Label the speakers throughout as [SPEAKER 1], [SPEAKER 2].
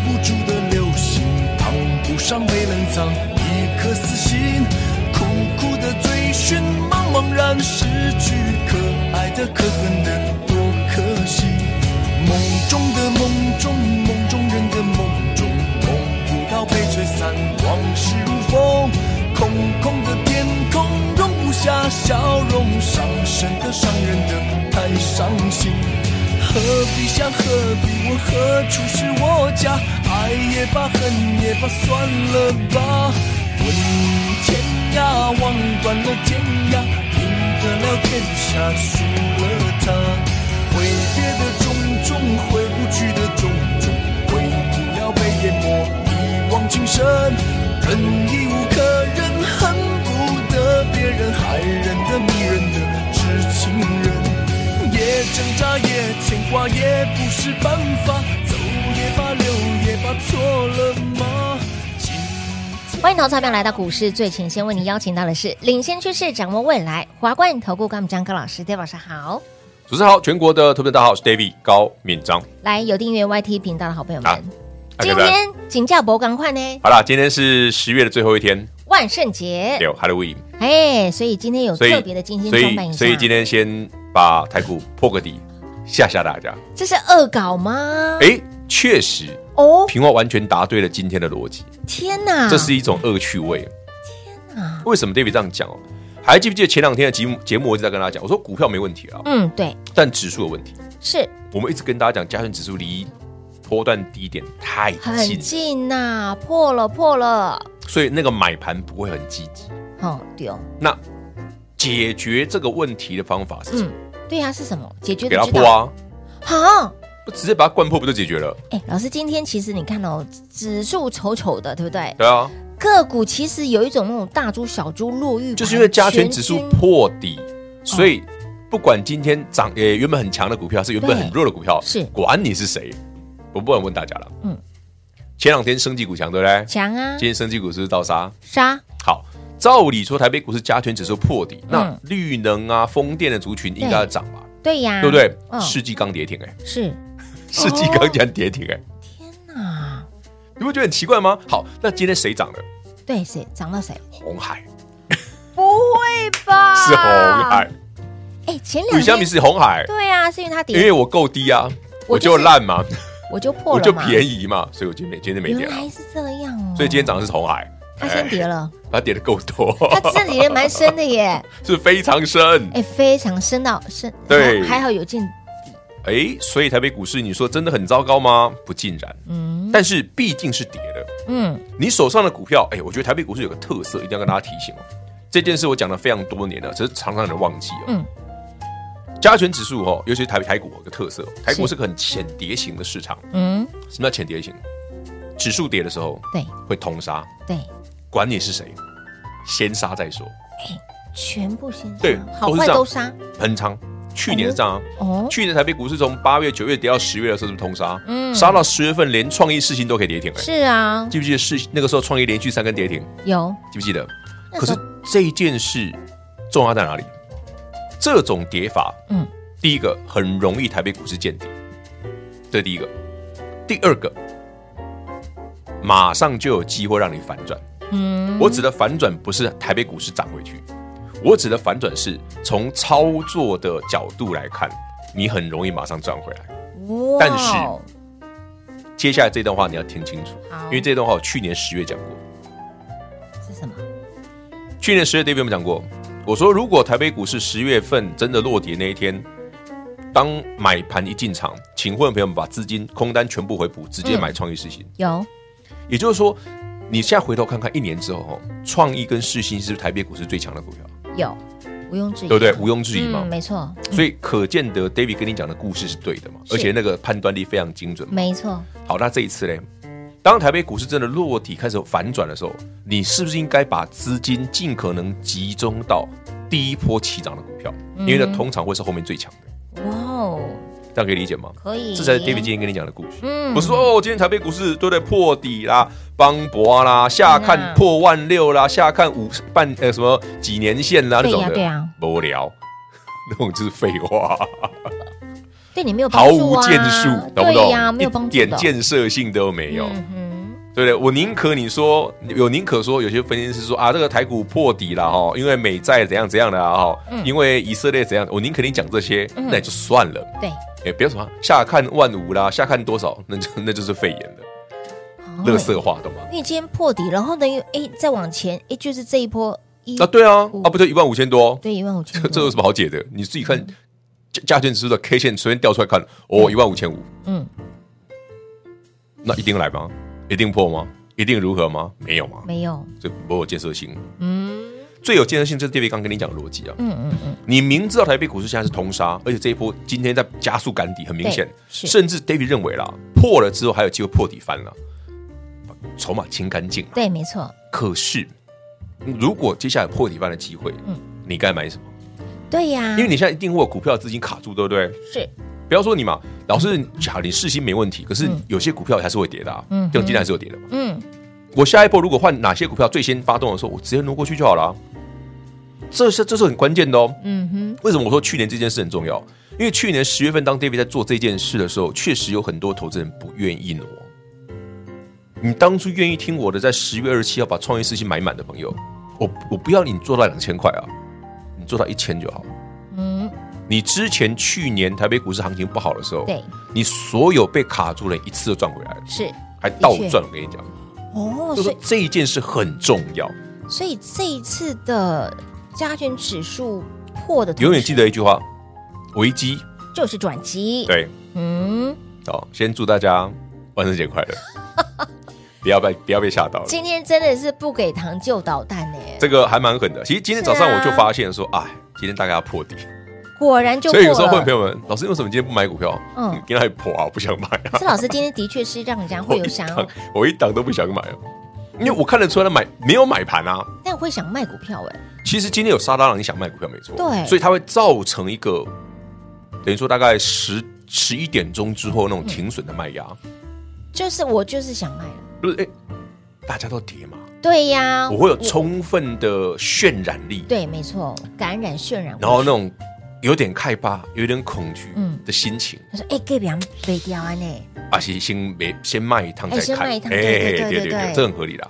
[SPEAKER 1] 不住的流星，烫不上没能藏一颗死心，苦苦的追寻，茫茫然失去，可爱的可恨的多可惜。梦中的梦中，梦中人的梦中，梦不到被吹散，往事如风，空空的天空容不下笑容，伤神的伤人的太伤心。何必想，何必问，何处是我家？爱也罢，恨也罢，算了吧。问天涯，望断了天涯，赢得了天下，输了他。挥别的种种，回不去的种种，回不了被淹没，一往情深，忍已无可忍，恨不得别人害人的迷人的痴情人。也挣扎，也牵挂，也不是办法。走也罢，留也罢，错了吗？今
[SPEAKER 2] 欢迎投资朋友来到股市最前线，为您邀请到的是领先趋势，掌握未来华冠投顾高敏章高老师，David 老师好。
[SPEAKER 3] 主持人好，全国的投资者大家好，我是 David 高敏章。
[SPEAKER 2] 来，有订阅 YT 频道的好朋友们，
[SPEAKER 3] 啊
[SPEAKER 2] 今天请假博赶快呢，
[SPEAKER 3] 好啦，今天是十月的最后一天，
[SPEAKER 2] 万圣节，
[SPEAKER 3] 有 Halloween，
[SPEAKER 2] 哎，所以今天有
[SPEAKER 3] 所以
[SPEAKER 2] 特别的精心
[SPEAKER 3] 所
[SPEAKER 2] 装扮一
[SPEAKER 3] 以
[SPEAKER 2] 下，
[SPEAKER 3] 所以今天先把台股破个底，吓吓大家。
[SPEAKER 2] 这是恶搞吗？
[SPEAKER 3] 哎，确实，
[SPEAKER 2] 哦，
[SPEAKER 3] 平话完全答对了今天的逻辑，
[SPEAKER 2] 天哪，
[SPEAKER 3] 这是一种恶趣味。
[SPEAKER 2] 啊，
[SPEAKER 3] 为什么 David 这样讲哦？还记不记得前两天的节目节目，我一直在跟大家讲，我说股票没问题啊，
[SPEAKER 2] 嗯，对，
[SPEAKER 3] 但指数有问题。
[SPEAKER 2] 是
[SPEAKER 3] 我们一直跟大家讲，加权指数离波段低点太
[SPEAKER 2] 很
[SPEAKER 3] 近，
[SPEAKER 2] 近啊呐、破了破了，
[SPEAKER 3] 所以那个买盘不会很积极。
[SPEAKER 2] 哦，对哦，
[SPEAKER 3] 那解决这个问题的方法是什么？
[SPEAKER 2] 嗯，对呀、是什么解决
[SPEAKER 3] 给
[SPEAKER 2] 的
[SPEAKER 3] 它
[SPEAKER 2] 之
[SPEAKER 3] 破
[SPEAKER 2] 道？
[SPEAKER 3] 啊，
[SPEAKER 2] 好、
[SPEAKER 3] 不直接把它灌破不就解决了？
[SPEAKER 2] 哎，老师，今天其实你看哦，指数丑丑的，对不对？
[SPEAKER 3] 对啊，
[SPEAKER 2] 个股其实有一种那种大猪小猪落玉盘，
[SPEAKER 3] 就是因为加权指数
[SPEAKER 2] 全军
[SPEAKER 3] 破底，所以不管今天涨，呃，原本很强的股票是原本
[SPEAKER 2] 对
[SPEAKER 3] 很弱的股票，
[SPEAKER 2] 是
[SPEAKER 3] 管你是谁，我不敢问大家了。
[SPEAKER 2] 嗯
[SPEAKER 3] 嗯，前两天升级股强，对不对？
[SPEAKER 2] 强啊
[SPEAKER 3] 今，天升级股是不是倒杀？
[SPEAKER 2] 杀
[SPEAKER 3] 好，照理说台北股市加权指数破底，那
[SPEAKER 2] 嗯
[SPEAKER 3] 绿能啊、风电的族群应该要涨吧？
[SPEAKER 2] 对呀，
[SPEAKER 3] 对不对？
[SPEAKER 2] 嗯，
[SPEAKER 3] 世纪钢跌停，哎，
[SPEAKER 2] 是
[SPEAKER 3] 世纪钢竟然跌停，哎，
[SPEAKER 2] 啊，
[SPEAKER 3] 你不觉得很奇怪吗？好，那今天谁涨了？
[SPEAKER 2] 对，谁涨到谁？
[SPEAKER 3] 红海
[SPEAKER 2] 不会吧？
[SPEAKER 3] 是红海，，
[SPEAKER 2] 哎，前
[SPEAKER 3] 吕
[SPEAKER 2] 两
[SPEAKER 3] 香米
[SPEAKER 2] 天
[SPEAKER 3] 是红海，
[SPEAKER 2] 对啊，是因为它
[SPEAKER 3] 因为
[SPEAKER 2] 跌，
[SPEAKER 3] 我够低啊，
[SPEAKER 2] 我
[SPEAKER 3] 我
[SPEAKER 2] 就是
[SPEAKER 3] 就烂嘛，
[SPEAKER 2] 我就破
[SPEAKER 3] 我
[SPEAKER 2] 了
[SPEAKER 3] 就
[SPEAKER 2] 嘛
[SPEAKER 3] 便宜嘛，所以我今天没今天没跌
[SPEAKER 2] 原
[SPEAKER 3] 了，
[SPEAKER 2] 来是这样哦，
[SPEAKER 3] 所以今天涨的是红海，
[SPEAKER 2] 它先跌了，
[SPEAKER 3] 哎它跌的够多，
[SPEAKER 2] 它这里也蛮深的耶，
[SPEAKER 3] 是非常深，
[SPEAKER 2] 哎，非常深到深，
[SPEAKER 3] 对
[SPEAKER 2] 还好有进，
[SPEAKER 3] 哎，所以台北股市你说真的很糟糕吗？不尽然，
[SPEAKER 2] 嗯
[SPEAKER 3] 但是毕竟是跌的，
[SPEAKER 2] 嗯，
[SPEAKER 3] 你手上的股票，哎，我觉得台北股市有个特色，一定要跟大家提醒哦。这件事我讲了非常多年了，只是常常有人忘记哦。
[SPEAKER 2] 嗯
[SPEAKER 3] 加权指数哦，尤其是台台股有个特色，哦台股
[SPEAKER 2] 是
[SPEAKER 3] 是个很浅碟型的市场。
[SPEAKER 2] 嗯，
[SPEAKER 3] 什么叫浅碟型？指数跌的时候
[SPEAKER 2] 对
[SPEAKER 3] 会通杀，
[SPEAKER 2] 对，
[SPEAKER 3] 管你是谁，先杀再说。
[SPEAKER 2] 全部先杀
[SPEAKER 3] 对
[SPEAKER 2] 好
[SPEAKER 3] 都是
[SPEAKER 2] 坏
[SPEAKER 3] 这样
[SPEAKER 2] 都杀
[SPEAKER 3] 很长，去年是这样啊。
[SPEAKER 2] 哦，
[SPEAKER 3] 去年台北股市从八月、九月跌到十月的时候是不是通杀？
[SPEAKER 2] 嗯
[SPEAKER 3] 杀到十月份连创意世新都可以跌停哎、
[SPEAKER 2] 是啊，
[SPEAKER 3] 记不记得世那个时候创意连续三根跌停？
[SPEAKER 2] 有
[SPEAKER 3] 记不记得？
[SPEAKER 2] 那
[SPEAKER 3] 可
[SPEAKER 2] 时
[SPEAKER 3] 是
[SPEAKER 2] 候
[SPEAKER 3] 这一件事重要在哪里？这种跌法，
[SPEAKER 2] 嗯，
[SPEAKER 3] 第一个很容易台北股市见底，这是第一个。第二个，马上就有机会让你反转。
[SPEAKER 2] 嗯，
[SPEAKER 3] 我指的反转不是台北股市涨回去，我指的反转是从操作的角度来看，你很容易马上赚回来。
[SPEAKER 2] 哇
[SPEAKER 3] 但是接下来这段话你要听清楚
[SPEAKER 2] 好，
[SPEAKER 3] 因为这段话我去年十月讲过，
[SPEAKER 2] 是什么？
[SPEAKER 3] 去年十月 David 有没有讲过？我说，如果台北股市十月份真的落跌那一天，当买盘一进场，请会员朋友们把资金空单全部回补，直接买创意世新。
[SPEAKER 2] 有
[SPEAKER 3] 也就是说，你现在回头看看，一年之后，哦，创意跟世新是不是台北股市最强的股票，
[SPEAKER 2] 有，毋庸置疑，
[SPEAKER 3] 对不对？毋庸置疑嘛
[SPEAKER 2] 嗯，。没错，
[SPEAKER 3] 所以可见得 David 跟你讲的故事是对的嘛，
[SPEAKER 2] 是
[SPEAKER 3] 而且那个判断力非常精准嘛。
[SPEAKER 2] 没错，
[SPEAKER 3] 好，那这一次呢？当台北股市真的落底开始反转的时候，你是不是应该把资金尽可能集中到第一波起涨的股票？
[SPEAKER 2] 嗯
[SPEAKER 3] 因为呢，通常会是后面最强的，
[SPEAKER 2] 哇哦，
[SPEAKER 3] 这样可以理解吗？
[SPEAKER 2] 可以，
[SPEAKER 3] 这才是 David 今天跟你讲的故事，
[SPEAKER 2] 嗯
[SPEAKER 3] 不是说哦，今天台北股市对不对破底啦、邦博啦、下
[SPEAKER 2] 嗯
[SPEAKER 3] 看破万六啦、下看五半呃什么几年线啦那
[SPEAKER 2] 对
[SPEAKER 3] 种
[SPEAKER 2] 呀
[SPEAKER 3] 的，
[SPEAKER 2] 对呀，
[SPEAKER 3] 无聊， 那种就是废话，
[SPEAKER 2] 对你没有帮
[SPEAKER 3] 毫
[SPEAKER 2] 助
[SPEAKER 3] 无
[SPEAKER 2] 啊，
[SPEAKER 3] 建树，懂不
[SPEAKER 2] 对
[SPEAKER 3] 懂？
[SPEAKER 2] 呀，没有帮
[SPEAKER 3] 一
[SPEAKER 2] 助
[SPEAKER 3] 点
[SPEAKER 2] 的
[SPEAKER 3] 建设性都没有，
[SPEAKER 2] 嗯哼，
[SPEAKER 3] 对不对？我宁可你说有宁可说，有些分析师说啊，这个台股破底了哈，因为美债怎样怎样的啊哈，
[SPEAKER 2] 嗯
[SPEAKER 3] 因为以色列怎样，我宁可你讲这些，那也就算了，
[SPEAKER 2] 对，哦
[SPEAKER 3] 也不要什么下看万五啦，下看多少，那就 那就是肺炎了，
[SPEAKER 2] 哦
[SPEAKER 3] 乐色化，懂吗？
[SPEAKER 2] 因为今天破底，然后等于哎再往前，哎就是这一波一
[SPEAKER 3] 啊，对啊
[SPEAKER 2] 五，
[SPEAKER 3] 啊不就一万五千多，
[SPEAKER 2] 哦对一万五千
[SPEAKER 3] 这，这有什么好解的？你自己看价价券指数的 K 线随便调出来看，哦，一万五千五，
[SPEAKER 2] 嗯，
[SPEAKER 3] 那一定来吗？一定破吗？一定如何吗？没有吗？
[SPEAKER 2] 没有，
[SPEAKER 3] 这没有建设性。
[SPEAKER 2] 嗯
[SPEAKER 3] 最有建设性就是 David 刚跟你讲的逻辑啊，
[SPEAKER 2] 嗯嗯嗯，
[SPEAKER 3] 你明知道台北股市现在是通杀，而且这一波今天在加速赶底，很明显
[SPEAKER 2] 对，是
[SPEAKER 3] 甚至 David 认为啦，破了之后还有机会破底翻了，把筹码清干净了。
[SPEAKER 2] 对，没错，
[SPEAKER 3] 可是，如果接下来有破底翻的机会，
[SPEAKER 2] 嗯
[SPEAKER 3] 你该买什么？
[SPEAKER 2] 对呀，
[SPEAKER 3] 因为你现在一定会有股票的资金卡住，对不对？
[SPEAKER 2] 啊是
[SPEAKER 3] 不要说你嘛，老师，假如你事先没问题，可是
[SPEAKER 2] 嗯
[SPEAKER 3] 有些股票还是会跌的、啊，
[SPEAKER 2] 嗯
[SPEAKER 3] 嗯，这种今天还是有跌的嘛。
[SPEAKER 2] 嗯
[SPEAKER 3] 我下一波如果换哪些股票最先发动的时候，我直接挪过去就好了啊、这是这是很关键的哦。
[SPEAKER 2] 嗯哼，
[SPEAKER 3] 为什么我说去年这件事很重要？因为去年十月份当 David 在做这件事的时候，确实有很多投资人不愿意挪。你当初愿意听我的，在十月二十七号把创业四期买满的朋友，我我不要你做到两千块啊，你做到一千就好。
[SPEAKER 2] 嗯
[SPEAKER 3] 你之前去年台北股市行情不好的时候，
[SPEAKER 2] 对，
[SPEAKER 3] 你所有被卡住的人一次就赚回来了，
[SPEAKER 2] 是
[SPEAKER 3] 还倒赚。我跟你讲，
[SPEAKER 2] 哦，
[SPEAKER 3] 就是
[SPEAKER 2] 所
[SPEAKER 3] 说
[SPEAKER 2] 以
[SPEAKER 3] 这一件事很重要。
[SPEAKER 2] 所以这一次的加权指数破的，
[SPEAKER 3] 永远记得一句话：危机。
[SPEAKER 2] 就是转机。，
[SPEAKER 3] 对，
[SPEAKER 2] 嗯，
[SPEAKER 3] 好，哦先祝大家万圣节快 乐，不要被不要被吓到了。
[SPEAKER 2] 今天真的是不给糖就捣蛋呢，
[SPEAKER 3] 这个还蛮狠的。其实今天早上我就发现说，哎、今天大概要破底，
[SPEAKER 2] 果然啊就
[SPEAKER 3] 所以有时候
[SPEAKER 2] 破
[SPEAKER 3] 问
[SPEAKER 2] 了
[SPEAKER 3] 朋友们，老师为什么今天不买股票？
[SPEAKER 2] 嗯
[SPEAKER 3] 嗯，今天还破啊，我不想买啊
[SPEAKER 2] 这，老师今天的确是让人家
[SPEAKER 3] 我
[SPEAKER 2] 会有啊
[SPEAKER 3] 一
[SPEAKER 2] 想 要
[SPEAKER 3] 档我一档都不想买啊，因为我看得出来他买没有买盘啊。
[SPEAKER 2] 但会想卖股票哎，
[SPEAKER 3] 其实今天有沙拉让你想卖股票没错，
[SPEAKER 2] 对
[SPEAKER 3] 所以它会造成一个等于说大概十十一点钟之后那种停损的卖压，
[SPEAKER 2] 嗯就是我就是想卖了。
[SPEAKER 3] 就是哎、大家都跌嘛，
[SPEAKER 2] 对呀，
[SPEAKER 3] 我会有充分的渲染力，
[SPEAKER 2] 对，没错，感染渲染。
[SPEAKER 3] 然后那种有点害怕、有点恐惧
[SPEAKER 2] 嗯
[SPEAKER 3] 的心情，
[SPEAKER 2] 他说：“哎、隔壁人被掉啊呢，
[SPEAKER 3] 啊，是先没先卖一趟再
[SPEAKER 2] 哎先
[SPEAKER 3] 看，
[SPEAKER 2] 卖一趟对对对对对哦
[SPEAKER 3] 这很合理啦，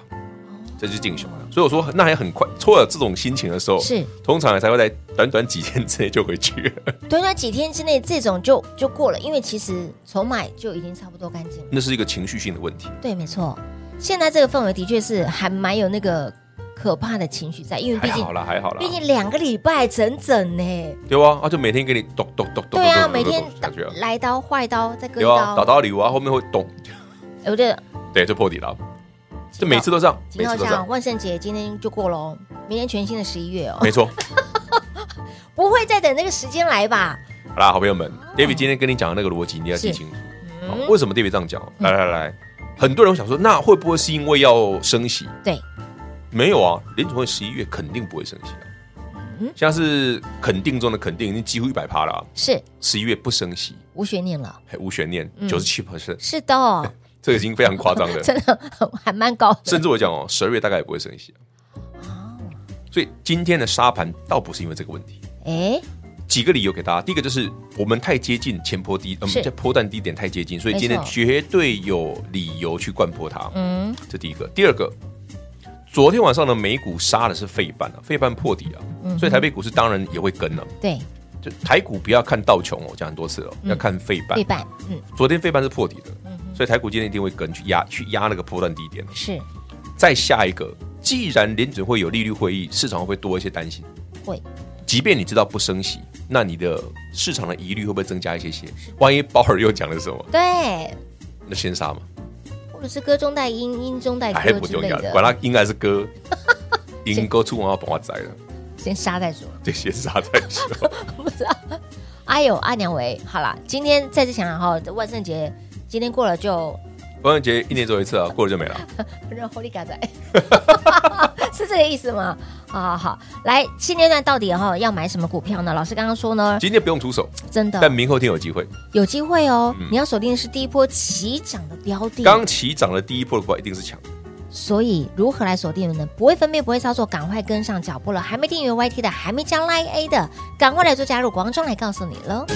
[SPEAKER 3] 这就是进熊了。所以我说，那还很快，错了这种心情的时候，
[SPEAKER 2] 是
[SPEAKER 3] 通常才会在短短几天之内就回去 了，
[SPEAKER 2] 短短几天之内这种就就过了，因为其实从买就已经差不多干净了。
[SPEAKER 3] 那是一个情绪性的问题。
[SPEAKER 2] 对，没错，现在这个氛围的确是还蛮有那个可怕的情绪在，因为
[SPEAKER 3] 还
[SPEAKER 2] 毕竟
[SPEAKER 3] 好啦，还好啦
[SPEAKER 2] 毕，竟两个礼拜整整呢，
[SPEAKER 3] 对吧？啊，就每天给你咚咚咚咚咚
[SPEAKER 2] 对啊，
[SPEAKER 3] 咚
[SPEAKER 2] 每
[SPEAKER 3] 咚
[SPEAKER 2] 天
[SPEAKER 3] 咚
[SPEAKER 2] 打
[SPEAKER 3] 下去啊，
[SPEAKER 2] 来刀坏刀再割一
[SPEAKER 3] 对啊，打
[SPEAKER 2] 刀，哎
[SPEAKER 3] 到礼物啊，后面会咚，
[SPEAKER 2] 我觉得
[SPEAKER 3] 对，就破底了。这每次都这样，
[SPEAKER 2] 警
[SPEAKER 3] 每
[SPEAKER 2] 告
[SPEAKER 3] 次
[SPEAKER 2] 一
[SPEAKER 3] 都这
[SPEAKER 2] 下，
[SPEAKER 3] 样，
[SPEAKER 2] 万圣节今天就过喽，明天全新的十一月哦，
[SPEAKER 3] 没错。
[SPEAKER 2] 不会再等那个时间来吧？
[SPEAKER 3] 好啦，好朋友们，David
[SPEAKER 2] 嗯
[SPEAKER 3] 今天跟你讲的那个逻辑，你要记清楚。好为什么 David 这样讲？
[SPEAKER 2] 嗯
[SPEAKER 3] 来来来，很多人想说，那会不会是因为要升息？
[SPEAKER 2] 对，
[SPEAKER 3] 没有啊，联储会十一月肯定不会升息啊。
[SPEAKER 2] 嗯
[SPEAKER 3] 现在是肯定中的肯定，已经几乎一百趴了啊。
[SPEAKER 2] 是
[SPEAKER 3] 十一月不升息，
[SPEAKER 2] 无悬念了，
[SPEAKER 3] 还无悬念，九十七 percent，
[SPEAKER 2] 是的哦、
[SPEAKER 3] 这已经非常夸张了。
[SPEAKER 2] 嗯 真的很还蛮高的。
[SPEAKER 3] 甚至我讲哦，十二月大概也不会升息啊。
[SPEAKER 2] 哦
[SPEAKER 3] 所以今天的沙盘倒不是因为这个问题，
[SPEAKER 2] 哎，
[SPEAKER 3] 几个理由给大家。第一个就是我们太接近前坡低，嗯
[SPEAKER 2] 是，
[SPEAKER 3] 在波段低点太接近，所以今天
[SPEAKER 2] 没错
[SPEAKER 3] 绝对有理由去灌破它。
[SPEAKER 2] 嗯，
[SPEAKER 3] 这第一个。第二个，昨天晚上的美股杀的是费半啊，费半破底啊，
[SPEAKER 2] 嗯
[SPEAKER 3] 所以台北股市当然也会跟了、
[SPEAKER 2] 对，
[SPEAKER 3] 就台股不要看道琼哦，我讲很多次了，要看费半
[SPEAKER 2] 对。半，嗯，
[SPEAKER 3] 昨天费半是破底的，所以台股今天一定会跟去压去压那个波段低点了。
[SPEAKER 2] 是
[SPEAKER 3] 再下一个，既然联准会有利率会议，市场会不会多一些担心？
[SPEAKER 2] 会，
[SPEAKER 3] 即便你知道不升息，那你的市场的疑虑会不会增加一些些？万一鲍尔又讲了什么，
[SPEAKER 2] 对，
[SPEAKER 3] 那先杀嘛，
[SPEAKER 2] 或者是歌中带音，音中带
[SPEAKER 3] 还
[SPEAKER 2] 歌
[SPEAKER 3] 不
[SPEAKER 2] 之
[SPEAKER 3] 重
[SPEAKER 2] 类
[SPEAKER 3] 要，
[SPEAKER 2] 的，
[SPEAKER 3] 管他应该是歌， 赢歌出王要把我宰了，
[SPEAKER 2] 先杀再说。
[SPEAKER 3] 这先杀再 说。
[SPEAKER 2] 不知道，哎呦，阿娘喂，好啦，今天再次想想哈，这万圣节今天过了就
[SPEAKER 3] 万圣节一年只有一次啊，过了就没 了。
[SPEAKER 2] 然后你嘎仔， 是这个意思吗？啊，好，来，现阶段到底哈、要买什么股票呢？老师刚刚说呢，
[SPEAKER 3] 今天不用出手，
[SPEAKER 2] 真
[SPEAKER 3] 但
[SPEAKER 2] 的
[SPEAKER 3] 明后天有机会。
[SPEAKER 2] 有机会哦，
[SPEAKER 3] 嗯
[SPEAKER 2] 你要锁定的是第一波起涨的标的，
[SPEAKER 3] 刚起涨的第一波的话，一定是强。
[SPEAKER 2] 所以如何来锁定呢？不会分辨，不会操作，赶快跟上脚步了。还没订阅 YT 的，还没加 Line A 的，赶快来做加入，广中来告诉你喽。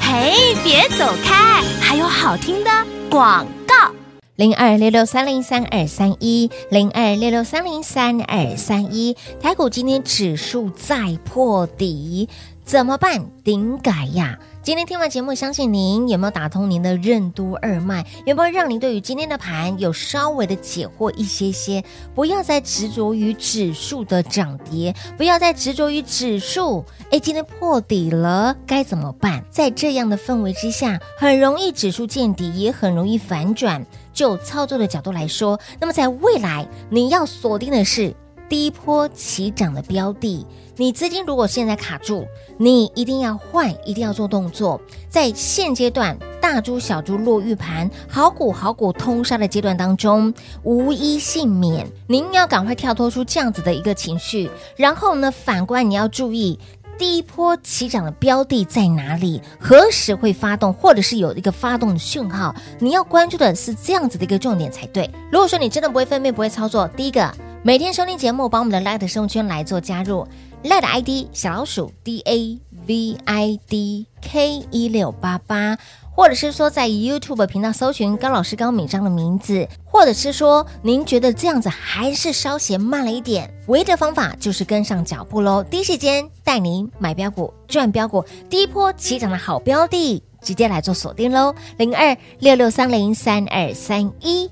[SPEAKER 4] 嘿，别走开，还有好听的广告。
[SPEAKER 2] 零二六六三零三二三一，零二六六三零三二三一。台股今天指数再破底，怎么办？顶改呀！今天听完节目，相信您有没有打通您的任督二脉？有没有让您对于今天的盘有稍微的解惑一些些？不要再执着于指数的涨跌，不要再执着于指数。哎，今天破底了，该怎么办？在这样的氛围之下，很容易指数见底，也很容易反转。就操作的角度来说，那么在未来你要锁定的是低波起涨的标的。你资金如果现在卡住，你一定要换，一定要做动作。在现阶段大猪小猪落玉盘，好股好股通杀的阶段当中，无一幸免。您要赶快跳脱出这样子的一个情绪，然后呢，反观你要注意。第一波起涨的标的在哪里？何时会发动，或者是有一个发动的讯号？你要关注的是这样子的一个重点才对。如果说你真的不会分辨、不会操作，第一个，每天收听节目，把我们的 Light 生活圈来做加入，Light 的 ID 小老鼠 D A V I D K 一六八八。或者是说在 YouTube 频道搜寻高老师高敏章的名字，或者是说您觉得这样子还是稍嫌慢了一点，唯一的方法就是跟上脚步喽，第一时间带您买标股、赚标股，第一波起涨的好标的，直接来做锁定喽，零二六六三零三二三一。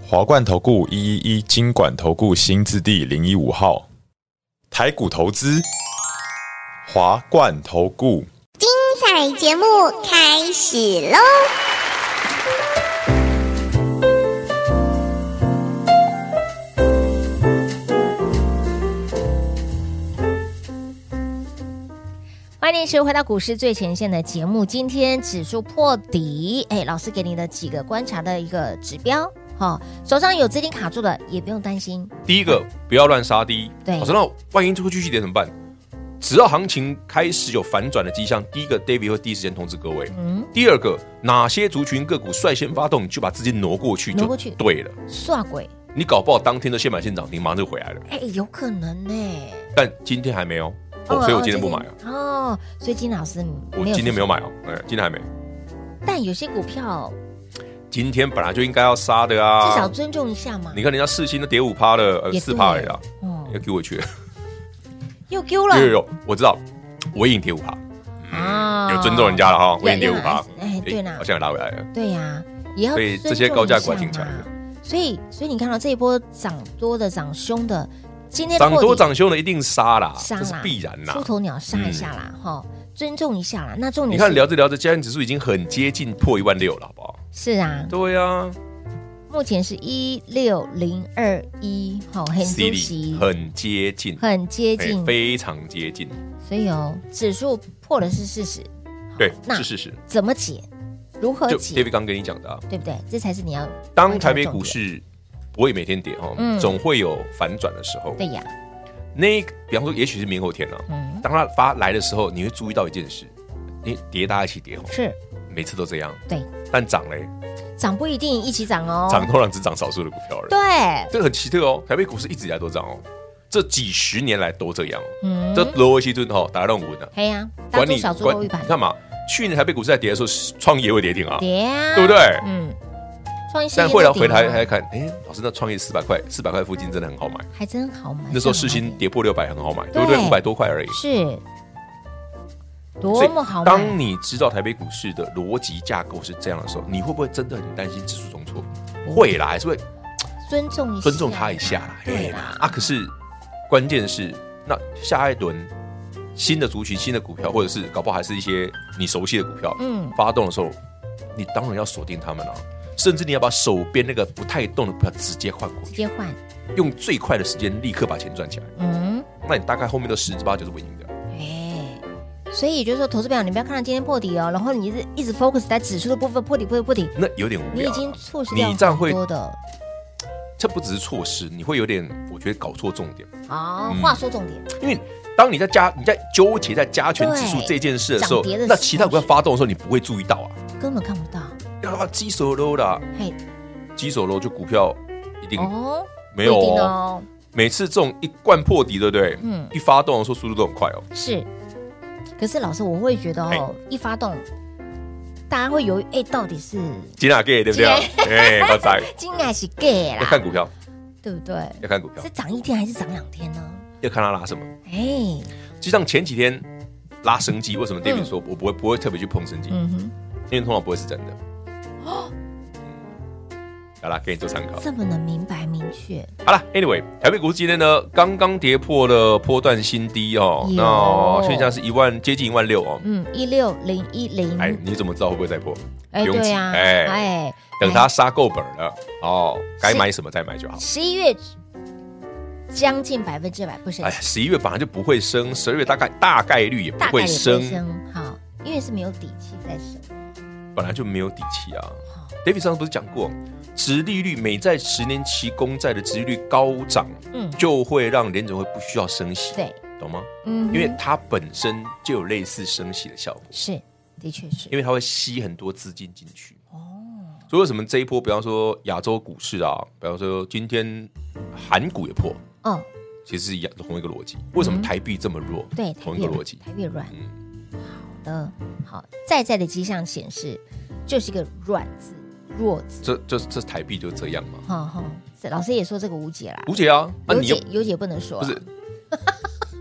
[SPEAKER 5] 华冠投顾一一一金管投顾新字第零一五号，台股投资，华冠投顾。
[SPEAKER 6] 彩节目开始喽！
[SPEAKER 2] 欢迎是回到股市最前线的节目。今天指数破底，哎，老师给你的几个观察的一个指标，好、手上有资金卡住的也不用担心，
[SPEAKER 3] 第一个，不要乱杀低。
[SPEAKER 2] 对
[SPEAKER 3] 我说那万一出继续点怎么办？只要行情开始有反转的迹象，第一个 David 会第一时间通知各位。
[SPEAKER 2] 嗯，
[SPEAKER 3] 第二个，哪些族群个股率先发动，你就把资金挪过去，
[SPEAKER 2] 挪
[SPEAKER 3] 就
[SPEAKER 2] 过去
[SPEAKER 3] 对了。
[SPEAKER 2] 刷鬼，
[SPEAKER 3] 你搞不好当天就现买现涨停，马上就回来了。
[SPEAKER 2] 哎，有可能呢、
[SPEAKER 3] 但今天还没哦，哦所以我今天不买啊，
[SPEAKER 2] 哦。哦，所以金老师
[SPEAKER 3] 我
[SPEAKER 2] 没有，
[SPEAKER 3] 今天没有。买哦，哎，今天还没。
[SPEAKER 2] 但有些股票
[SPEAKER 3] 今天本来就应该要杀的啊，
[SPEAKER 2] 至少尊重一下嘛。
[SPEAKER 3] 你看人家四星都跌五趴了，呃，
[SPEAKER 2] 也
[SPEAKER 3] 四
[SPEAKER 2] 对
[SPEAKER 3] 趴了啦，
[SPEAKER 2] 哦，
[SPEAKER 3] 要给我去。
[SPEAKER 2] 又丢了
[SPEAKER 3] 有有有，我知道，我已经跌五趴，
[SPEAKER 2] 啊
[SPEAKER 3] 有尊重人家了哈，我已经
[SPEAKER 2] 对
[SPEAKER 3] 跌
[SPEAKER 2] 啦
[SPEAKER 3] 五趴，
[SPEAKER 2] 哎对啦
[SPEAKER 3] 好像也拉回来了。
[SPEAKER 2] 对呀、也要
[SPEAKER 3] 所以这
[SPEAKER 2] 尊
[SPEAKER 3] 些
[SPEAKER 2] 重
[SPEAKER 3] 高
[SPEAKER 2] 一
[SPEAKER 3] 价股
[SPEAKER 2] 下
[SPEAKER 3] 还挺强
[SPEAKER 2] 嘛
[SPEAKER 3] 的。
[SPEAKER 2] 所以，所以你看啊到这一波涨多的、涨凶的，今天
[SPEAKER 3] 涨
[SPEAKER 2] 破
[SPEAKER 3] 多
[SPEAKER 2] 底
[SPEAKER 3] 涨凶的一定杀啦，
[SPEAKER 2] 杀
[SPEAKER 3] 这是
[SPEAKER 2] 啦，
[SPEAKER 3] 必然啦嗯
[SPEAKER 2] 出。头鸟杀一下啦，哈、尊重一下啦。那重
[SPEAKER 3] 你
[SPEAKER 2] 点
[SPEAKER 3] 看
[SPEAKER 2] 是
[SPEAKER 3] 聊着聊着，加权指数已经很接近破一万六了，好不好？
[SPEAKER 2] 是啊，
[SPEAKER 3] 对啊，
[SPEAKER 2] 目前是一六零二一，好，很出
[SPEAKER 3] CD
[SPEAKER 2] 席，
[SPEAKER 3] 啊很接近，
[SPEAKER 2] 很接
[SPEAKER 3] 哎
[SPEAKER 2] 近，
[SPEAKER 3] 非常接近，
[SPEAKER 2] 所以哦，指数破了是事实，
[SPEAKER 3] 对，
[SPEAKER 2] 那
[SPEAKER 3] 是事实。
[SPEAKER 2] 怎么解？如何
[SPEAKER 3] 就
[SPEAKER 2] 解
[SPEAKER 3] David？刚跟你讲的啊，
[SPEAKER 2] 对不对？这才是你要
[SPEAKER 3] 当台北股市不会每天跌哈
[SPEAKER 2] 嗯，
[SPEAKER 3] 总会有反转的时候。
[SPEAKER 2] 对呀，
[SPEAKER 3] 那一比方说，也许是明后天啊，
[SPEAKER 2] 嗯，
[SPEAKER 3] 当它发来的时候，你会注意到一件事：你跌，大家一起跌哦，
[SPEAKER 2] 是
[SPEAKER 3] 每次都这样。
[SPEAKER 2] 对，
[SPEAKER 3] 但涨嘞，
[SPEAKER 2] 涨不一定一起涨哦，
[SPEAKER 3] 涨通常只涨少数的股票而已。
[SPEAKER 2] 对，
[SPEAKER 3] 这个很奇特哦，台北股市一直以来都涨哦，这几十年来都这样哦。
[SPEAKER 2] 嗯
[SPEAKER 3] 这，罗威西顿哦哈，大家都很稳的，
[SPEAKER 2] 嘿呀，大猪小猪
[SPEAKER 3] 啊管
[SPEAKER 2] 肉一盘
[SPEAKER 3] 你，看嘛，去年台北股市在跌的时候，创业会跌停啊，
[SPEAKER 2] 别啊，
[SPEAKER 3] 对不对？
[SPEAKER 2] 嗯，创意事业
[SPEAKER 3] 但后来
[SPEAKER 2] 的底
[SPEAKER 3] 回台
[SPEAKER 2] 嘛
[SPEAKER 3] 还看，哎，老师那创业四百块，四百块附近真的很好买。
[SPEAKER 2] 还真好买，
[SPEAKER 3] 那时候
[SPEAKER 2] 真
[SPEAKER 3] 世
[SPEAKER 2] 好买
[SPEAKER 3] 新跌破六百很好买，对不对？
[SPEAKER 2] 啊对
[SPEAKER 3] 五百多块而已。
[SPEAKER 2] 是
[SPEAKER 3] 所
[SPEAKER 2] 多
[SPEAKER 3] 以
[SPEAKER 2] 么好买，
[SPEAKER 3] 当你知道台北股市的逻辑架构是这样的时候，你会不会真的很担心指数重挫？会啦，还是会
[SPEAKER 2] 尊重一下，
[SPEAKER 3] 尊重他一下啦。
[SPEAKER 2] 对
[SPEAKER 3] 嘿
[SPEAKER 2] 啦，
[SPEAKER 3] 啊，可是关键是，那下一轮新的族群、新的股票，或者是搞不好还是一些你熟悉的股票，
[SPEAKER 2] 嗯
[SPEAKER 3] 发动的时候，你当然要锁定他们了、甚至你要把手边那个不太动的股票直接换过
[SPEAKER 2] 直
[SPEAKER 3] 去，
[SPEAKER 2] 接换，
[SPEAKER 3] 用最快的时间立刻把钱赚起来。
[SPEAKER 2] 嗯，
[SPEAKER 3] 那你大概后面的十之八九是稳赢的。
[SPEAKER 2] 哎，所以就是说，投资表你不要看到今天破底哦，然后你一直一直 focus 在指数的部分破底破底破底，
[SPEAKER 3] 那有点无
[SPEAKER 2] 你
[SPEAKER 3] 聊
[SPEAKER 2] 已
[SPEAKER 3] 啊。
[SPEAKER 2] 经错失掉
[SPEAKER 3] 你这样
[SPEAKER 2] 很
[SPEAKER 3] 会
[SPEAKER 2] 多的
[SPEAKER 3] 这不只是措施，你会有点，我觉得搞错重点。
[SPEAKER 2] 啊。
[SPEAKER 3] 嗯
[SPEAKER 2] 话说重点，
[SPEAKER 3] 因为当你在加你在纠结在加权指数
[SPEAKER 2] 对
[SPEAKER 3] 这件事的时
[SPEAKER 2] 涨
[SPEAKER 3] 候
[SPEAKER 2] 跌的，
[SPEAKER 3] 那其他股票
[SPEAKER 2] 方式
[SPEAKER 3] 发动的时候，你不会注意到啊。
[SPEAKER 2] 根本看不到。
[SPEAKER 3] 啊，鸡手楼啦，
[SPEAKER 2] 嘿，
[SPEAKER 3] 鸡手楼就股票一定
[SPEAKER 2] 哦，
[SPEAKER 3] 没有
[SPEAKER 2] 不一定
[SPEAKER 3] 哦。
[SPEAKER 2] 哦，
[SPEAKER 3] 每次这种一贯破底，对不对？
[SPEAKER 2] 嗯
[SPEAKER 3] 一发动的时候速度都很快哦。
[SPEAKER 2] 是。可是老师，我会觉得哦，一发动，大家会犹豫，哎，到底是
[SPEAKER 3] 吉纳 gay 对不对？哎，发财！
[SPEAKER 2] 金还是 gay
[SPEAKER 3] 要
[SPEAKER 2] 啦，
[SPEAKER 3] 看股票，
[SPEAKER 2] 对不对？
[SPEAKER 3] 要看股票
[SPEAKER 2] 是，涨一天还是涨两天呢？
[SPEAKER 3] 要看它拉什么。
[SPEAKER 2] 哎，
[SPEAKER 3] 就像前几天拉升机，为什么 David 说我不会不会特别去碰升机？
[SPEAKER 2] 嗯哦哼，
[SPEAKER 3] 因为通常不会是真的。嗯好啦，给你做参考。
[SPEAKER 2] 这么的明白明确，
[SPEAKER 3] 好了，Anyway，台北股市今天呢刚刚跌破了波段新低哦，
[SPEAKER 2] 有
[SPEAKER 3] 那现在是一万接近一万六哦。
[SPEAKER 2] 嗯，一六零一零，
[SPEAKER 3] 哎，你怎么知道会不会再破？
[SPEAKER 2] 哎，对呀、啊，
[SPEAKER 3] 哎，
[SPEAKER 2] 哎，
[SPEAKER 3] 等它杀够本了哦，该买什么再买就好。
[SPEAKER 2] 十一月将近百分之百不升
[SPEAKER 3] 哎，，十一月本来就不会升，十二月大概大概率也不
[SPEAKER 2] 大概
[SPEAKER 3] 会
[SPEAKER 2] 也不
[SPEAKER 3] 升
[SPEAKER 2] 会，升，好，因为是没有底气在升，
[SPEAKER 3] 本来就没有底气啊。David
[SPEAKER 2] 哦
[SPEAKER 3] 上次不是讲过，殖利率美债十年期公债的殖利率高涨，
[SPEAKER 2] 嗯
[SPEAKER 3] 就会让联准会不需要升息，
[SPEAKER 2] 对，
[SPEAKER 3] 懂吗？
[SPEAKER 2] 嗯哼，
[SPEAKER 3] 因为它本身就有类似升息的效果。
[SPEAKER 2] 是，的确是
[SPEAKER 3] 因，为它会吸很多资金进去。哦，所以为什么这一波，比方说亚洲股市啊，比方说今天韩股也破，
[SPEAKER 2] 哦，
[SPEAKER 3] 其实是一样同一个逻辑。为什么台币这么弱？
[SPEAKER 2] 嗯对，
[SPEAKER 3] 同一个逻辑。
[SPEAKER 2] 台币软，
[SPEAKER 3] 嗯，
[SPEAKER 2] 好的，好，在在的迹象显示，就是一个软字，弱字，
[SPEAKER 3] 这这这台币就这样嘛，
[SPEAKER 2] 哈哈，是老师也说这个无解啦，
[SPEAKER 3] 无解啊，啊
[SPEAKER 2] 有
[SPEAKER 3] 你又
[SPEAKER 2] 解有解不能说啊，
[SPEAKER 3] 不是。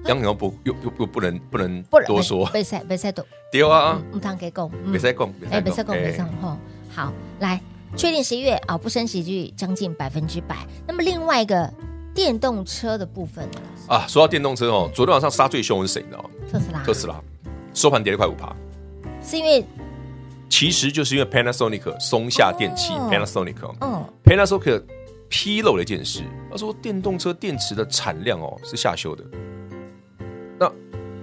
[SPEAKER 3] 杨洋不又又又不能不能
[SPEAKER 2] 不然
[SPEAKER 3] 多说，
[SPEAKER 2] 被赛被赛都
[SPEAKER 3] 对啊，
[SPEAKER 2] 唔通给讲，嗯
[SPEAKER 3] 别再讲，
[SPEAKER 2] 哎，别再讲，别再
[SPEAKER 3] 哎
[SPEAKER 2] 讲吼。好，来确定十一月啊、不升息率将近百分之百。那么另外一个电动车的部分，
[SPEAKER 3] 啊！说到电动车哦，昨天晚上杀最凶的是谁？你知道吗？
[SPEAKER 2] 特斯拉，
[SPEAKER 3] 特斯拉收盘跌了快五趴，
[SPEAKER 2] 是因为
[SPEAKER 3] 其实就是因为 Panasonic 松下电器
[SPEAKER 2] 哦
[SPEAKER 3] Panasonic 哦
[SPEAKER 2] 嗯
[SPEAKER 3] Panasonic 披露了一件事，他说电动车电池的产量哦是下修的。那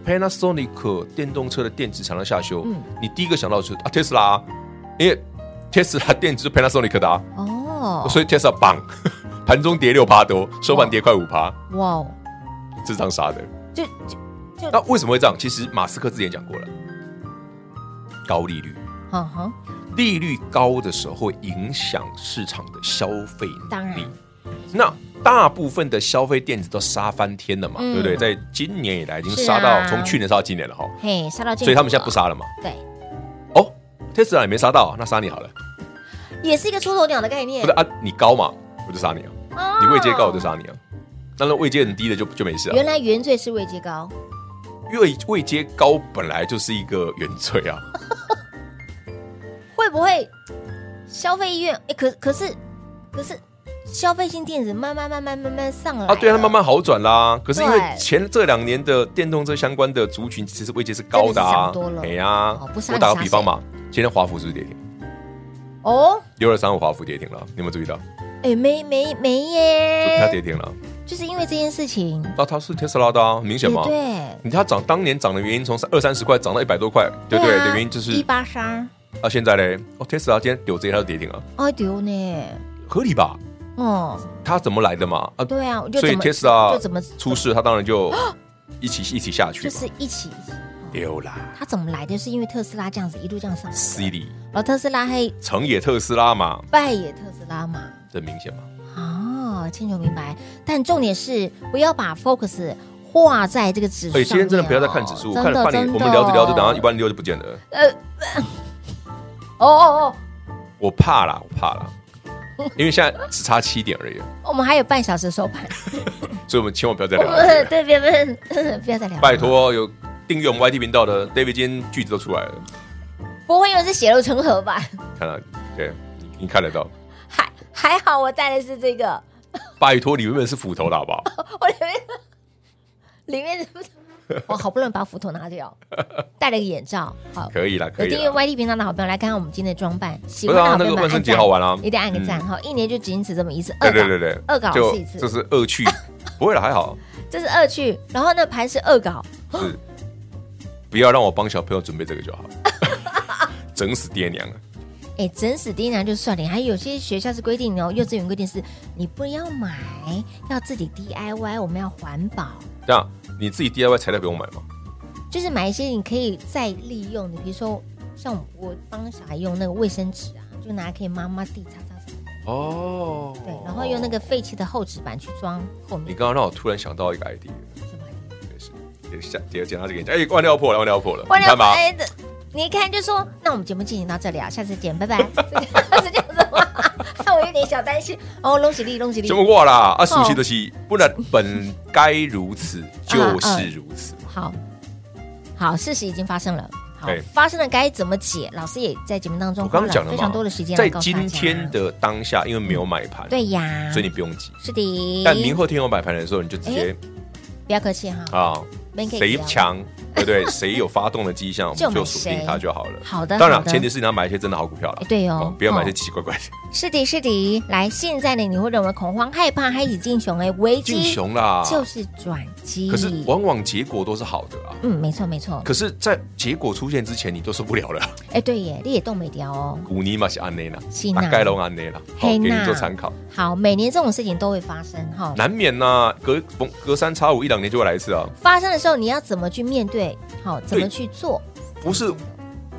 [SPEAKER 3] Panasonic 电动车的电池产量下修，
[SPEAKER 2] 嗯
[SPEAKER 3] 你第一个想到的是啊 Tesla，啊因为 Tesla 电池是 Panasonic 的、啊，
[SPEAKER 2] 哦，
[SPEAKER 3] 所以 Tesla 棒 盘中跌六趴多，收盘跌快五趴，
[SPEAKER 2] 哇哦，
[SPEAKER 3] 这是这样杀的。
[SPEAKER 2] 就就就
[SPEAKER 3] 那为什么会这样？其实马斯克之前讲过了，高利率，
[SPEAKER 2] 哈哈，
[SPEAKER 3] 利率高的时候会影响市场的消费
[SPEAKER 2] 当
[SPEAKER 3] 能
[SPEAKER 2] 然
[SPEAKER 3] 力。那大部分的消费电子都杀翻天了嘛，
[SPEAKER 2] 嗯
[SPEAKER 3] 对不对？在今年以来已经
[SPEAKER 2] 是
[SPEAKER 3] 杀到，
[SPEAKER 2] 啊
[SPEAKER 3] 从去年杀到今年了哈，
[SPEAKER 2] 嘿，杀到这，啊
[SPEAKER 3] 所以他们现在不，杀了嘛。
[SPEAKER 2] 对，
[SPEAKER 3] 哦，Tesla 也没杀到啊，那杀你好了，
[SPEAKER 2] 也是一个出头鸟的概
[SPEAKER 3] 不
[SPEAKER 2] 念
[SPEAKER 3] 是，啊？你高嘛，我就杀你啊；
[SPEAKER 2] 哦
[SPEAKER 3] 你位阶高，我就。杀你啊。那那位阶很低的就就没事啊
[SPEAKER 2] 原，来原罪是位阶高，
[SPEAKER 3] 因为位阶高本来就是一个原罪啊。
[SPEAKER 2] 会不会消费意愿？哎，可可是可是消费性电子慢慢慢慢慢慢上来
[SPEAKER 3] 啊，对啊，它
[SPEAKER 2] 了
[SPEAKER 3] 慢慢好转啦。可是因为
[SPEAKER 2] 对
[SPEAKER 3] 前这两年的电动车相关的族群，其实位阶是高的
[SPEAKER 2] 真的是
[SPEAKER 3] 啊
[SPEAKER 2] 涨多了。
[SPEAKER 3] 哎呀
[SPEAKER 2] 哦不，杀
[SPEAKER 3] 我
[SPEAKER 2] 你
[SPEAKER 3] 打个
[SPEAKER 2] 杀
[SPEAKER 3] 比方嘛，今天华孚是不是跌停？
[SPEAKER 2] 哦，
[SPEAKER 3] 六二三五华孚跌停了，你有没有注意到？
[SPEAKER 2] 哎，没没没
[SPEAKER 3] 它
[SPEAKER 2] 耶，
[SPEAKER 3] 跌停了。
[SPEAKER 2] 就是因为这件事情，
[SPEAKER 3] 那它是特斯拉的啊，很明显嘛。
[SPEAKER 2] 也
[SPEAKER 3] 你它涨当年涨的原因，从二三十块涨到一百多块，对
[SPEAKER 2] 对
[SPEAKER 3] 不对？
[SPEAKER 2] 啊
[SPEAKER 3] 的原因就是
[SPEAKER 2] 一八三，
[SPEAKER 3] 啊，现在嘞，哦，特斯拉今天丢这一它就跌停了，
[SPEAKER 2] 哎丢呢，
[SPEAKER 3] 合理吧？
[SPEAKER 2] 哦，
[SPEAKER 3] 它怎么来的嘛？啊，
[SPEAKER 2] 对啊，我就
[SPEAKER 3] 所以
[SPEAKER 2] 怎么
[SPEAKER 3] Tesla
[SPEAKER 2] 就怎么啊
[SPEAKER 3] 出事，它当然就一起一起下去
[SPEAKER 2] 就
[SPEAKER 3] 嘛。
[SPEAKER 2] 是一起，
[SPEAKER 3] 丢啦
[SPEAKER 2] 它怎么来的？就是因为特斯拉这样子一路这样上来的，
[SPEAKER 3] ，Siri
[SPEAKER 2] 然后特斯拉还
[SPEAKER 3] 成也特斯拉嘛，
[SPEAKER 2] 败也特斯拉嘛，
[SPEAKER 3] 这很明显嘛。
[SPEAKER 2] 哦，清楚明白。但重点是不要把 focus 画在这个指数上
[SPEAKER 3] 哎，
[SPEAKER 2] 面哦，
[SPEAKER 3] 今天真的不要再看指数，
[SPEAKER 2] 真
[SPEAKER 3] 看
[SPEAKER 2] 的
[SPEAKER 3] 了半
[SPEAKER 2] 真的，
[SPEAKER 3] 年，我们聊着聊着，等下一万六就不见了。
[SPEAKER 2] 呃，哦哦
[SPEAKER 3] 我怕啦，我 怕啦，因为现在只差七点而已，
[SPEAKER 2] 哦，我们还有半小时收盘，
[SPEAKER 3] 所以我们千万不要再
[SPEAKER 2] 我
[SPEAKER 3] 聊
[SPEAKER 2] 们
[SPEAKER 3] 了。
[SPEAKER 2] 对，别别不要再聊了，
[SPEAKER 3] 拜托，有订阅我们 YT 频道的 David，今天句子都出来了，
[SPEAKER 2] 不会又是血肉成河吧？
[SPEAKER 3] 看到对，你你看得到。
[SPEAKER 2] 还还好，我带的是这个，
[SPEAKER 3] 拜托，你原本是斧头的好不好？
[SPEAKER 2] 我里面里面是不 是？我好不容易把斧头拿掉，戴了个眼罩。好，
[SPEAKER 3] 可以啦，可
[SPEAKER 2] 有
[SPEAKER 3] 以
[SPEAKER 2] 订阅
[SPEAKER 3] 啦。
[SPEAKER 2] YT 频道的好朋友来看看我们今天的装扮，喜
[SPEAKER 3] 不
[SPEAKER 2] 欢的
[SPEAKER 3] 是啊
[SPEAKER 2] 好，朋
[SPEAKER 3] 那
[SPEAKER 2] 友
[SPEAKER 3] 个
[SPEAKER 2] 们
[SPEAKER 3] 万
[SPEAKER 2] 按
[SPEAKER 3] 圣节
[SPEAKER 2] 赞
[SPEAKER 3] 好，玩啊，
[SPEAKER 2] 一定要按个赞
[SPEAKER 3] 嗯。
[SPEAKER 2] 哈！一年就仅此这么一次，
[SPEAKER 3] 对
[SPEAKER 2] 恶
[SPEAKER 3] 对
[SPEAKER 2] 搞
[SPEAKER 3] 对对，
[SPEAKER 2] 恶搞
[SPEAKER 3] 就
[SPEAKER 2] 四次，
[SPEAKER 3] 这是恶趣，不会了，还好。
[SPEAKER 2] 这是恶趣，然后那盘是恶搞，
[SPEAKER 3] 是不要让我帮小朋友准备这个就好， 整死爹娘啊！
[SPEAKER 2] 哎，整死爹娘就算了，还有些学校是规定哦，幼稚园规定是你不要买，要自己 DIY，我们要环保，
[SPEAKER 3] 这样你自己 DIY 材料不用买吗？
[SPEAKER 2] 就是买一些你可以再利用的，比如说像我帮小孩用那个卫生纸啊，就拿来可以妈妈地擦擦擦，
[SPEAKER 3] 哦，
[SPEAKER 2] 对，然后用那个废弃的厚纸板去装后
[SPEAKER 3] 你
[SPEAKER 2] 面
[SPEAKER 3] 刚刚让我突然想到一个 idea，
[SPEAKER 2] 什么
[SPEAKER 3] 没事，也下也讲到这个，哎，万料破了，万料破了，
[SPEAKER 2] 万
[SPEAKER 3] 你看
[SPEAKER 2] 的，
[SPEAKER 3] 吧，
[SPEAKER 2] 哎你一看就说，那我们节目进行到这里啊，下次见，拜 拜，是这样子吗？ 那我有点小担心哦，恭喜你，恭喜你
[SPEAKER 3] 这，么过啦，
[SPEAKER 2] 哦
[SPEAKER 3] 啊，熟悉的是，不然本该如此，
[SPEAKER 2] 啊
[SPEAKER 3] 就是如此。
[SPEAKER 2] 好，好，事实已经发生了。好
[SPEAKER 3] 对，
[SPEAKER 2] 发生了该怎么解？老师也在节目当中
[SPEAKER 3] 哎我刚
[SPEAKER 2] 花
[SPEAKER 3] 刚
[SPEAKER 2] 了
[SPEAKER 3] 讲了
[SPEAKER 2] 非
[SPEAKER 3] 嘛，
[SPEAKER 2] 常多的时间
[SPEAKER 3] 在
[SPEAKER 2] 来告诉大家
[SPEAKER 3] 今天的当下，因为没有买盘，
[SPEAKER 2] 啊对呀，
[SPEAKER 3] 所以你不用急。
[SPEAKER 2] 是的，
[SPEAKER 3] 但明后天有买盘的时候，你就直接
[SPEAKER 2] 不要客气哈，
[SPEAKER 3] 啊，
[SPEAKER 2] 没可以
[SPEAKER 3] 谁
[SPEAKER 2] 聊
[SPEAKER 3] 强，对 不对？谁有发动的迹象，我
[SPEAKER 2] 就
[SPEAKER 3] 们
[SPEAKER 2] 买
[SPEAKER 3] 就锁定它就好了。
[SPEAKER 2] 好的好
[SPEAKER 3] 当然
[SPEAKER 2] 的
[SPEAKER 3] 前提是你要买一些真的好股票了
[SPEAKER 2] 哎，对哦
[SPEAKER 3] 啊不要买一些
[SPEAKER 2] 哦
[SPEAKER 3] 奇奇怪怪的。
[SPEAKER 2] 是的，是的。来，现在呢，你会认为恐慌、害怕、害喜、敬雄，哎，危
[SPEAKER 3] 进
[SPEAKER 2] 机
[SPEAKER 3] 熊啦，
[SPEAKER 2] 就是转机。
[SPEAKER 3] 啊可是往往结果都是好的啊。
[SPEAKER 2] 嗯，没错没错，
[SPEAKER 3] 可是，在结果出现之前，你都受不了了。
[SPEAKER 2] 哎，对耶，你也动没掉哦。
[SPEAKER 3] 古尼嘛是安内啦
[SPEAKER 2] 是，呐
[SPEAKER 3] 大概拢安内啦，好给
[SPEAKER 2] 嘿
[SPEAKER 3] 你
[SPEAKER 2] 呐
[SPEAKER 3] 做参考。
[SPEAKER 2] 好，每年这种事情都会发生哈，
[SPEAKER 3] 难免呐，隔逢隔三差五一两年就会来一次啊。
[SPEAKER 2] 发生的时候你要怎么去面对？好，怎么
[SPEAKER 3] 对
[SPEAKER 2] 去做
[SPEAKER 3] 不是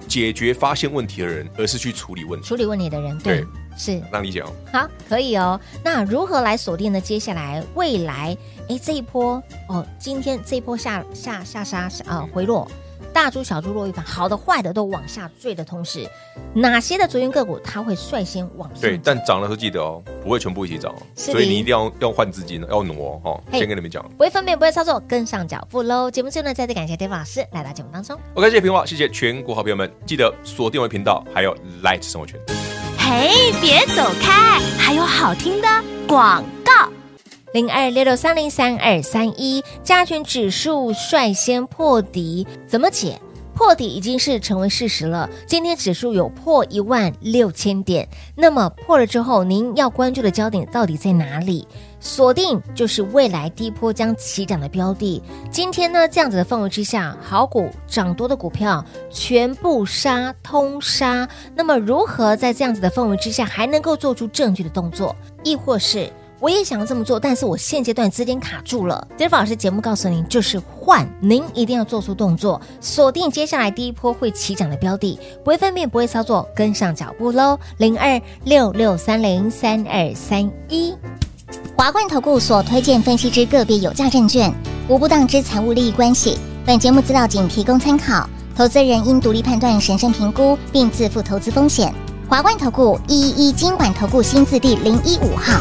[SPEAKER 3] 解决发现问题的人，而是去处理问题。
[SPEAKER 2] 处理问题的人？对
[SPEAKER 3] 对，
[SPEAKER 2] 是
[SPEAKER 3] 让你讲哦，
[SPEAKER 2] 好，可以哦。那如何来锁定呢？接下来未来，哎，这一波哦，今天这一波下下下杀啊、呃、回落，大猪小猪落一盘，好的坏的都往下坠的同时，哪些的族群个股它会率先往上？
[SPEAKER 3] 对，但涨的时候记得哦，不会全部一起涨哦，
[SPEAKER 2] 是的
[SPEAKER 3] 所以你一定要要换资金，要挪哦。
[SPEAKER 2] 嘿
[SPEAKER 3] 先跟你们讲
[SPEAKER 2] 不会分辨，不会操作，跟上脚步喽！节目最后呢，再次感谢 David 老师来到节目当中。
[SPEAKER 3] ，OK，谢谢平话，谢谢全国好朋友们，记得锁定我的频道，还有 Light 生活圈。
[SPEAKER 4] 嘿，别走开，还有好听的广告。
[SPEAKER 2] 零二六六三零三二三一，加权指数率先破底，怎么解？破底已经是成为事实了。今天指数有破一万六千点，那么破了之后，您要关注的焦点到底在哪里？锁定就是未来低波将起涨的标的。今天呢，这样子的氛围之下，好股涨多的股票全部杀，通杀。那么如何在这样子的氛围之下，还能够做出正确的动作，亦或是？我也想要这么做，但是我现阶段资金卡住了。德尔老师节目告诉您，就是换，您一定要做出动作，锁定接下来第一波会起涨的标的，不会分辨，不会操作，跟上脚步喽。零二六六三零三二三一。
[SPEAKER 6] 华冠投顾所推荐分析之个别有价证券，无不当之财务利益关系。本节目资料仅提供参考，投资人应独立判断、审慎评估，并自负投资风险。华冠投顾一一一金管投顾新字第零一五号。